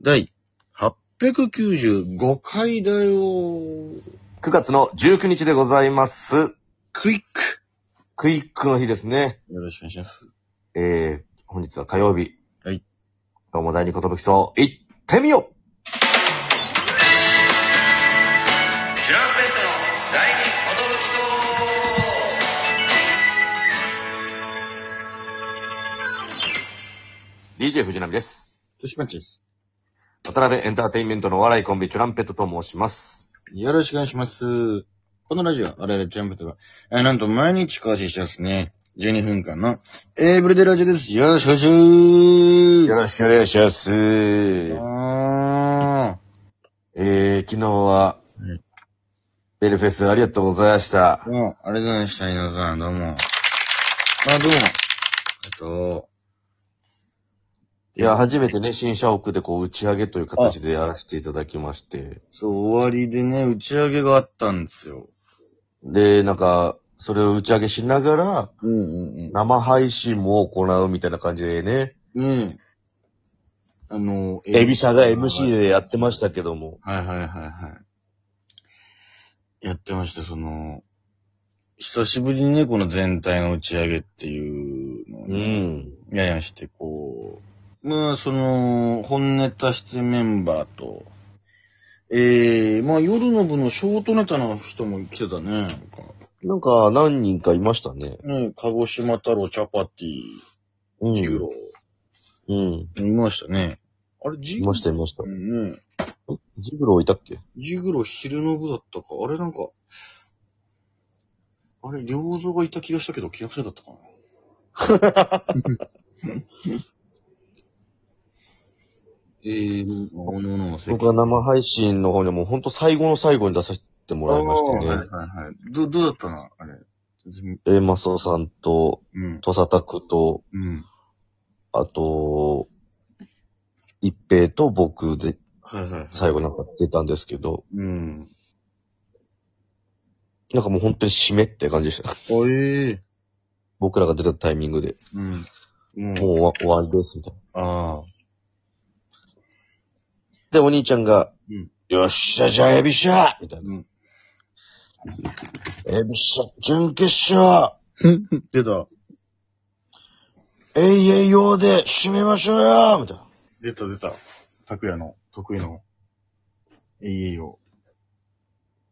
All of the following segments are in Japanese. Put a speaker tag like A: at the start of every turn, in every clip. A: 第895回だよ。
B: 9月の19日でございます。
A: クイック。
B: クイックの日ですね。
A: よろしくお願いします。
B: えー、本日は火曜日。
A: はい。
B: どうも第二ことぶきそう、行ってみようチュランペットの第二ことぶきそう DJ 藤波です。
A: としまちです。
B: 渡辺エンターテインメントのお笑いコンビ、チュランペットと申します。
A: よろしくお願いします。このラジオは我々ジャンプとか、えーなんと毎日更新してますね。12分間のエイブルデラジオです。よろしくお願いしま
B: ろしくお願いします
A: す。あ
B: えー、昨日は
A: うん、
B: ベルフェスありがとうございました
A: ー。どうも、ありがとうございました、皆さん。どうも。あ、どうも。えっと、
B: いや、初めてね、新社屋でこう、打ち上げという形でやらせていただきまして。
A: そう、終わりでね、打ち上げがあったんですよ。
B: で、なんか、それを打ち上げしながら、
A: うんうん
B: 生配信も行うみたいな感じでね、
A: うん。うん。あの、
B: エビシャが MC でやってましたけども。
A: はいはいはいはい。やってました、その、久しぶりにね、この全体の打ち上げっていうのを
B: う
A: ね、
B: ん。
A: ややして、こう、まあ、その、本ネタ出演メンバーと、ええまあ、夜の部のショートネタの人も来てたね、なんか。
B: なんか、何人かいましたね。
A: ね、鹿児島太郎、チャパティ、
B: うん。
A: ジュロ
B: うん。
A: ー、いましたね。あれ、ジ
B: いました、いました
A: う。んね。
B: ジグロいたっけ
A: ジグロ昼の部だったか。あれなんか、あれ、良造がいた気がしたけど、気のせいだったかな。 えー、おのおのもせ
B: 僕は生配信の方にはもうほんと最後の最後に出させてもらいましてね。
A: はいはいはい。ど、どうだったなあれ。全
B: えー、マスオさんと、
A: うん。
B: トサタクと、
A: うん。
B: あと、一平と僕で
A: はいはい。
B: 最後なんか出たんですけど、
A: うん。
B: なんかもう本当に締めって感じでした。
A: あ、ええ
B: 僕らが出たタイミングで、
A: うん。
B: もう
A: もう、
B: 終わ終わりです、みたいな。
A: ああ。
B: で、お兄ちゃんが、
A: うん
B: よっしゃ、じゃあエビシャーみたいな。
A: うん
B: エビシャ、準決勝
A: 出た。
B: えいえいよーで締めましょうよみたいな。
A: 出た出た。拓也の得意の、えいえいよ。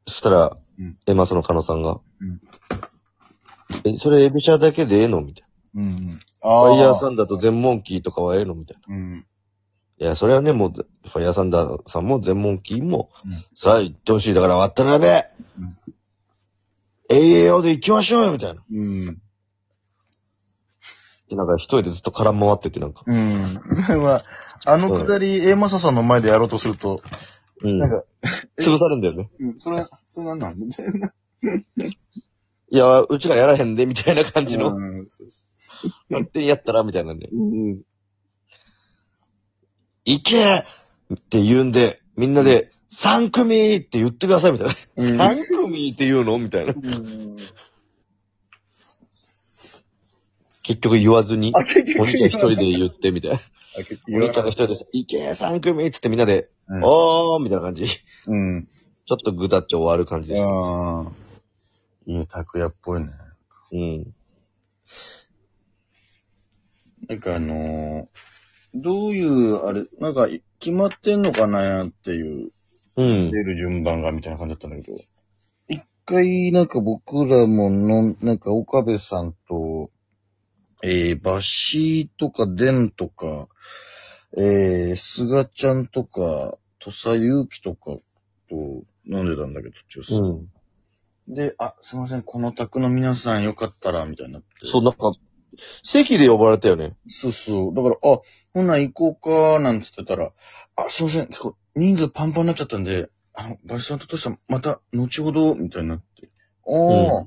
B: そしたら、
A: うん
B: エマスのカノさんが、
A: うん
B: え、それエビシャだけでええのみたいな。
A: うんうん。
B: フ
A: あ
B: ァイヤーサンダーと全問キーとかはええのみたい
A: うん。
B: な。いや、それはね、もう、ファイヤーサンダーさんも全問キーも、
A: うん
B: さあ行ってほしい。だから渡辺、ええよで行きましょうよみたいな。
A: うん。
B: で、なんか一人でずっと空回ってて、なんか。
A: うん。 まあ、あのくだり、A マサさんの前でやろうとすると、
B: うん。
A: なんか、
B: 潰されるんだよね。
A: うん、それ、それなんなんみたいない
B: や、うちがやらへんで、みたいな感じの。
A: うん、そうそ
B: 勝手にやったら、みたいなんで。
A: ううん。
B: 行けって言うんで、みんなで、3組って言ってください、みたいな。
A: うん
B: 3組って言うのみたいな。
A: うん。
B: 結局言わずに、
A: あ、結
B: お
A: 局
B: 兄ちゃん一人で言って、みたいな。お兄ちゃんが一人でさ、いけー三組っつってみんなで、
A: うん
B: おーみたいな感じ。ち
A: うん。
B: ょっとぐだっち終わる感じでした。
A: ああ。いや、拓也っぽいね。
B: うん。
A: なんかあのー、どういう、あれ、なんか、決まってんのかなっていう。
B: うん。
A: 出る順番がみたいな感じだったんだけど。一回、なんか僕らもの、なんか岡部さんと、えー、バシーとかデンとか、えー、菅ちゃんとか、土佐祐樹とかと飲んでたんだけど、ジュース
B: うん。
A: で、あ、すいません、この宅の皆さんよかったら、みたいになって。
B: そう、なんか、席で呼ばれたよね。
A: そうそう。だから、あ、ほんなん行こうか、なんつってたら、あ、すいません、結構人数パンパンになっちゃったんで、あの、バイトさんとトシさん、また、後ほど、みたいになって、ああ、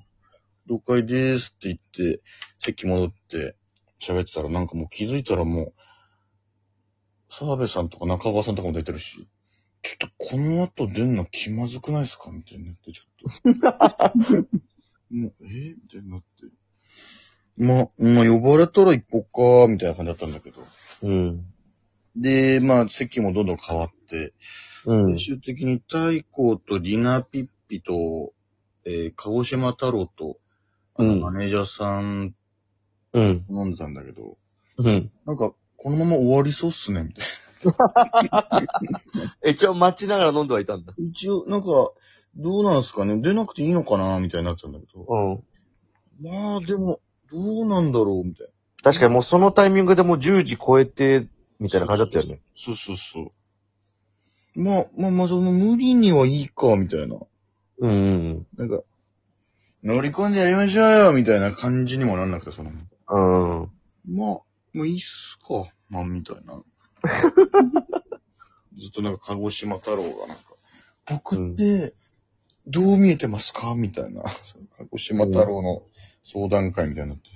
A: 了解ですって言って、席戻って、喋ってたら、なんかもう気づいたらもう、澤部さんとか中川さんとかも出てるし、ちょっとこの後出んの気まずくないですかみたいになって、ちょっと。もう、えーみたいになって。ま、まあ、呼ばれたら行こうか、みたいな感じだったんだけど。
B: うん。
A: で、まあ、席もどんどん変わって、
B: うん
A: 最。終的に太鼓とリナピッピと、えー鹿児島太郎と、あの
B: うん
A: マネージャーさん
B: うん。
A: 飲んでたんだけど、
B: うん。
A: なんか、このまま終わりそうっすね、みたい
B: え、今日待ちながら飲んではいたんだ。
A: な。一応、なんか、どうなんすかね出なくていいのかなみたいになっちゃうんだけど。
B: うん。
A: まあ、でも、どうなんだろうみたいな。
B: 確かにもうそのタイミングでもう10時超えて、みたいな感じだったよね。
A: そうそうそう。まあ、まあまあ、その、無理にはいいか、みたいな。
B: うんうん
A: なんか、乗り込んでやりましょうよ、みたいな感じにもなんなくて、その、
B: うん。うん。
A: まあ、もういいっすか。まあ、みたい な。ずっとなんか、鹿児島太郎がなんか、僕って、どう見えてますかみたいな。その鹿児島太郎の相談会みたいになって。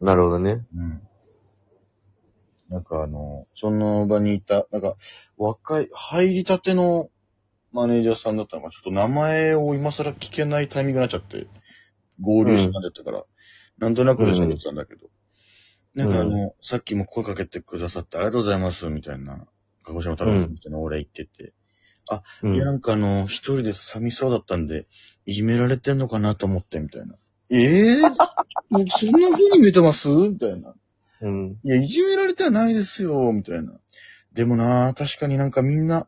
B: なるほどね。
A: うん。なんかあの、その場にいた、なんか、若い、入りたてのマネージャーさんだったのが、ちょっと名前を今更聞けないタイミングになっちゃって、合流になっちゃったから、なんとなくで喋ってたんだけど、
B: ん
A: なんかあの、さっきも声かけてくださってありがとうございます、みたいな、鹿児島太郎さんみたいなお礼言ってて、
B: う
A: いや、
B: ん。
A: なんかあの、一人で寂しそうだったんで、いじめられてんのかなと思って、みたいな。 ええもうそんな風に見えてますみたいな。
B: うん。
A: いや、いじめられてはないですよ、みたいな。でもな、確かになんかみんな、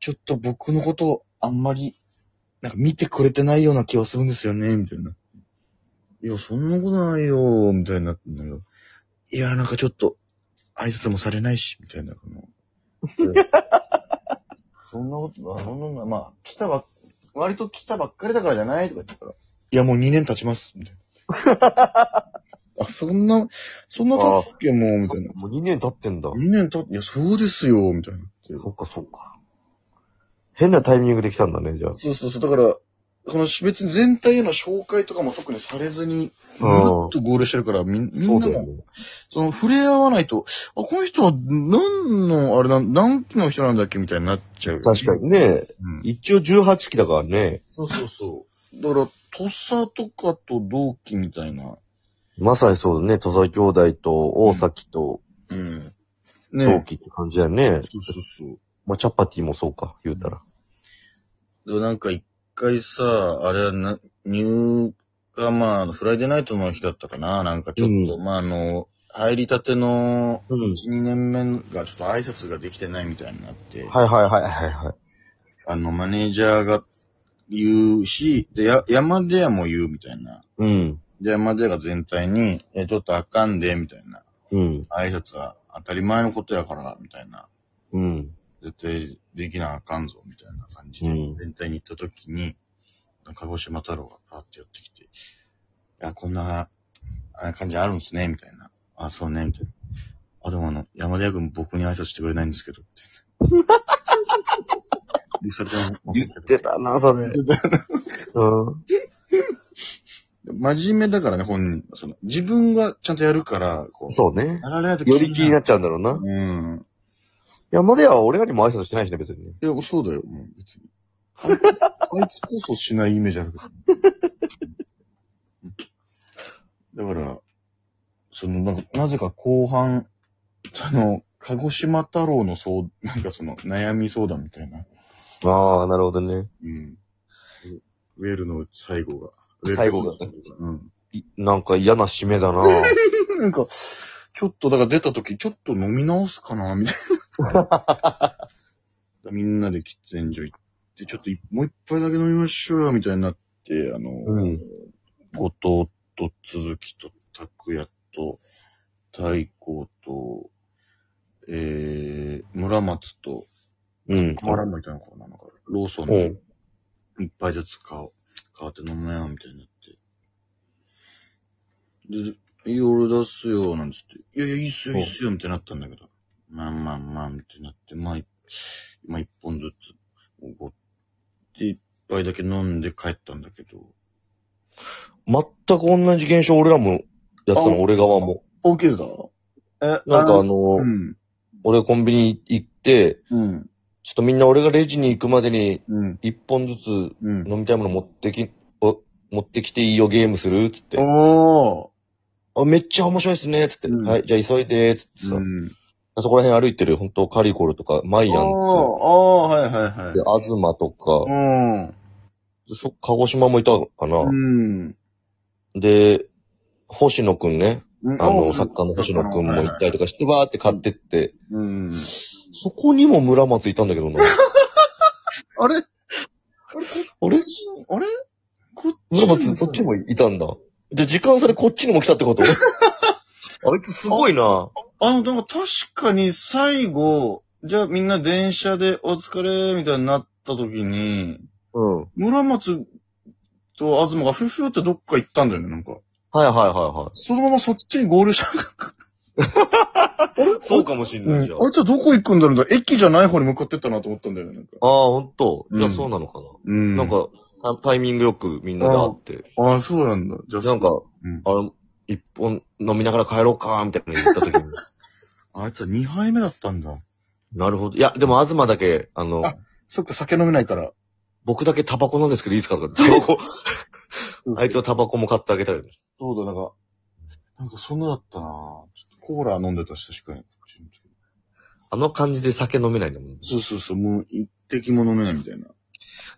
A: ちょっと僕のことあんまり、なんか見てくれてないような気はするんですよね、みたいな。いや、そんなことないよ、みたいになってんだけど。いや、なんかちょっと、挨拶もされないし、みたい な。このそんなこと、あそんな、まあ、来たばっ、割と来たばっかりだからじゃないとか言ったから。いや、もう2年経ちます、みたい な。あ、そんな、そんな経っけ、もう、みたいな。
B: もう2年経ってんだ。
A: 2年経って、いや、そうですよ、みたいな。
B: そっかそっか。変なタイミングで来たんだね、じゃあ。
A: そうそうそう。だから、その別に全体への紹介とかも特にされずに、
B: う
A: ぐ
B: ん
A: るっと合流してるから、みんみ
B: そ
A: ん
B: う
A: な
B: だよ
A: も、
B: ね。
A: その触れ合わないと、あ、この人は何の、あれなん、何期の人なんだっけみたいになっちゃうよね、
B: 確かにね。
A: うん
B: 一応18期だからね。
A: そうそうそう。だから、土佐とかと同期みたいな。
B: まさにそうだね。土佐兄弟と大崎と
A: うん。
B: 同
A: ね
B: 期って感じだよね。
A: そうそうそう。
B: まあ、チャパティもそうか、言うたら。
A: でもなんか一回さ、あれはな、入荷、まあ、フライデーナイトの日だったかな。なんかちょっと、まあ、あの、入りたての
B: うん。
A: 1、2年目がちょっと挨拶ができてないみたいになって、
B: はいはいはいはいはい。
A: あの、マネージャーが言うし、で、や山出屋も言うみたいな。
B: うん。
A: で、山出屋が全体に、え、ちょっとあかんで、みたいな。
B: うん。
A: 挨拶は当たり前のことやから、みたいな。
B: うん。
A: 絶対できなあかんぞ、みたいな感じで
B: うん、
A: 全体に行った時に、鹿児島太郎がパーって寄ってきて、いや、こんな、あ感じあるんですね、みたいな。あ、そうね、みたいな。あ、でもあの、山田君僕に挨拶してくれないんですけど、み たいな。でそれで
B: 言ってたな、それ。うん。
A: 真面目だからね、本人。その自分はちゃんとやるから、こう。
B: そうね。
A: やられないと
B: より気になっちゃうんだろう
A: う
B: な。
A: うん。
B: 山では俺らにも挨拶してないしね、別に。
A: いや、そうだよ、もう別に。あいつあいつこそしないイメージあるけど。だから、その、なんか、なぜか後半、その、鹿児島太郎のそう、なんかその、悩み相談みたいな。
B: ああ、なるほどね。
A: うん。ウェルの最後が。
B: 最後が
A: ウェルの
B: いなんか嫌な締めだな。
A: うん。なんか、ちょっと、だから出た時、ちょっと飲み直すかな、みたいな。みんなで喫煙所行って、ちょっといもう一杯だけ飲みましょうよ、みたいになって、あの、
B: うん。
A: 後藤と鈴木と拓也と太鼓と、えー、村松と、
B: うん。
A: 村もいたのかななんか、ローソン
B: う
A: の
B: ん。
A: 一杯ずつ買おう。買って飲もうよ、みたいになって。で、いいよ、俺出すよ、なんつって。いやいや、いいっすよ、
B: う
A: い
B: ん
A: いっすよ、みたいになったんだけど。まあまあまあ、みたいになって、まあ、いまあ一本ずつ、おごって、一杯だけ飲んで帰ったんだけど。
B: 全く同じ現象俺らもやってた
A: あ
B: の、俺側も。
A: 起きてたえ、
B: なんかあ
A: の、
B: の、
A: うん、
B: 俺コンビニ行って、
A: うん、
B: ちょっとみんな俺がレジに行くまでに
A: うん、
B: 一本ずつ
A: うん。
B: 飲みたいもの持ってき、お持ってきていいよゲームするつって。
A: おー
B: あ、めっちゃ面白いっすねつって。
A: うん
B: はい、じゃあ急いでつってさ。
A: うん。
B: そこら辺歩いてる、本当カリコルとか、マイアン
A: おーあー、はいはい
B: ズ、で
A: は、
B: アズマとか、
A: い。
B: そ鹿児島もいたのかな、
A: うん。うん。
B: で、星野くんね、
A: うん
B: あの、作家の星野くんも行ったりとかして、わーって買ってって、
A: うん。
B: そこにも村松いたんだけどな。
A: あれ
B: あ
A: あ
B: れ
A: れこっ
B: 村松、そっちもいたんだ。で、時間差でこっちにも来たって ことあいつすごいな。
A: あの、なんか確かに最後、じゃあみんな電車でお疲れ、みたいになった時に、
B: うん。
A: 村松と東がふふってどっか行ったんだよね、なんか。
B: はいはいは
A: そのままそっちに合流した。
B: いはい。そうかもしん
A: う
B: な
A: あい
B: んい、じゃあ。
A: つはどこ行くんだろうな駅じゃない方に向かってったなと思ったんだよね、なんか。
B: ああ、ほんと。じゃ
A: う
B: あ
A: ん
B: そうなのかな。
A: うん
B: なん、か、タタイミングよくみんなで会って。
A: ああ、そうなんだ。じゃあ、
B: なんか、
A: うん
B: あれ、一本飲みながら帰ろうか、みたいなの言った 時に。
A: あいつは2杯目だったんだ。
B: なるほど。いや、でも、東だけ、あの、
A: あそっか、酒飲めないから。
B: 僕だけタバコなんですけどいいです かとか、タバコ、あいつはタバコも買ってあげたい。
A: そうだ、なんか、なんかそんなだったなぁちょっとコーラ飲んでたし、確かに。
B: あの感じで酒飲めないんだもん。
A: そうそうそう、もう一滴も飲めないみたいな。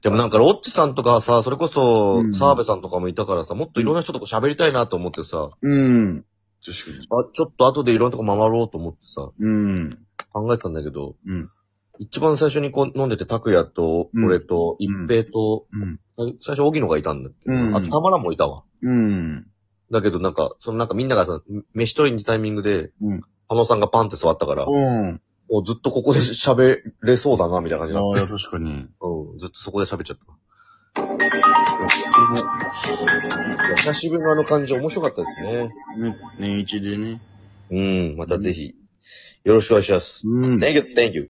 B: でもなんか、ロッチさんとかさ、それこそ
A: うん、
B: 澤部さんとかもいたからさ、もっといろんな人とこ喋りたいなと思ってさ、
A: うん。確かに。
B: あ、ちょっと後でいろんなとこ回ろうと思ってさ、
A: うん。
B: 考えてたんだけど、
A: うん
B: 一番最初にこう飲んでて、拓也と、
A: うん
B: 俺と、一平と、
A: うん。
B: 最初、荻野がいたんだけど、
A: うん
B: あと、たまらもいたわ。
A: うん。
B: だけど、なんか、そのなんかみんながさ、飯取りにタイミングで、
A: うん
B: 浜野さんがパンって座ったから、
A: うん。
B: もうずっとここで喋れそうだな、みたいな感じだ
A: ああ、いや確かに。
B: うん、ずっとそこで喋っちゃった。
A: で
B: いや久しぶりのあの感じ面白かったですね。
A: もね、年一でね。
B: うん、またぜひ、よろしくお願いします。
A: うん
B: Thank you, thank you.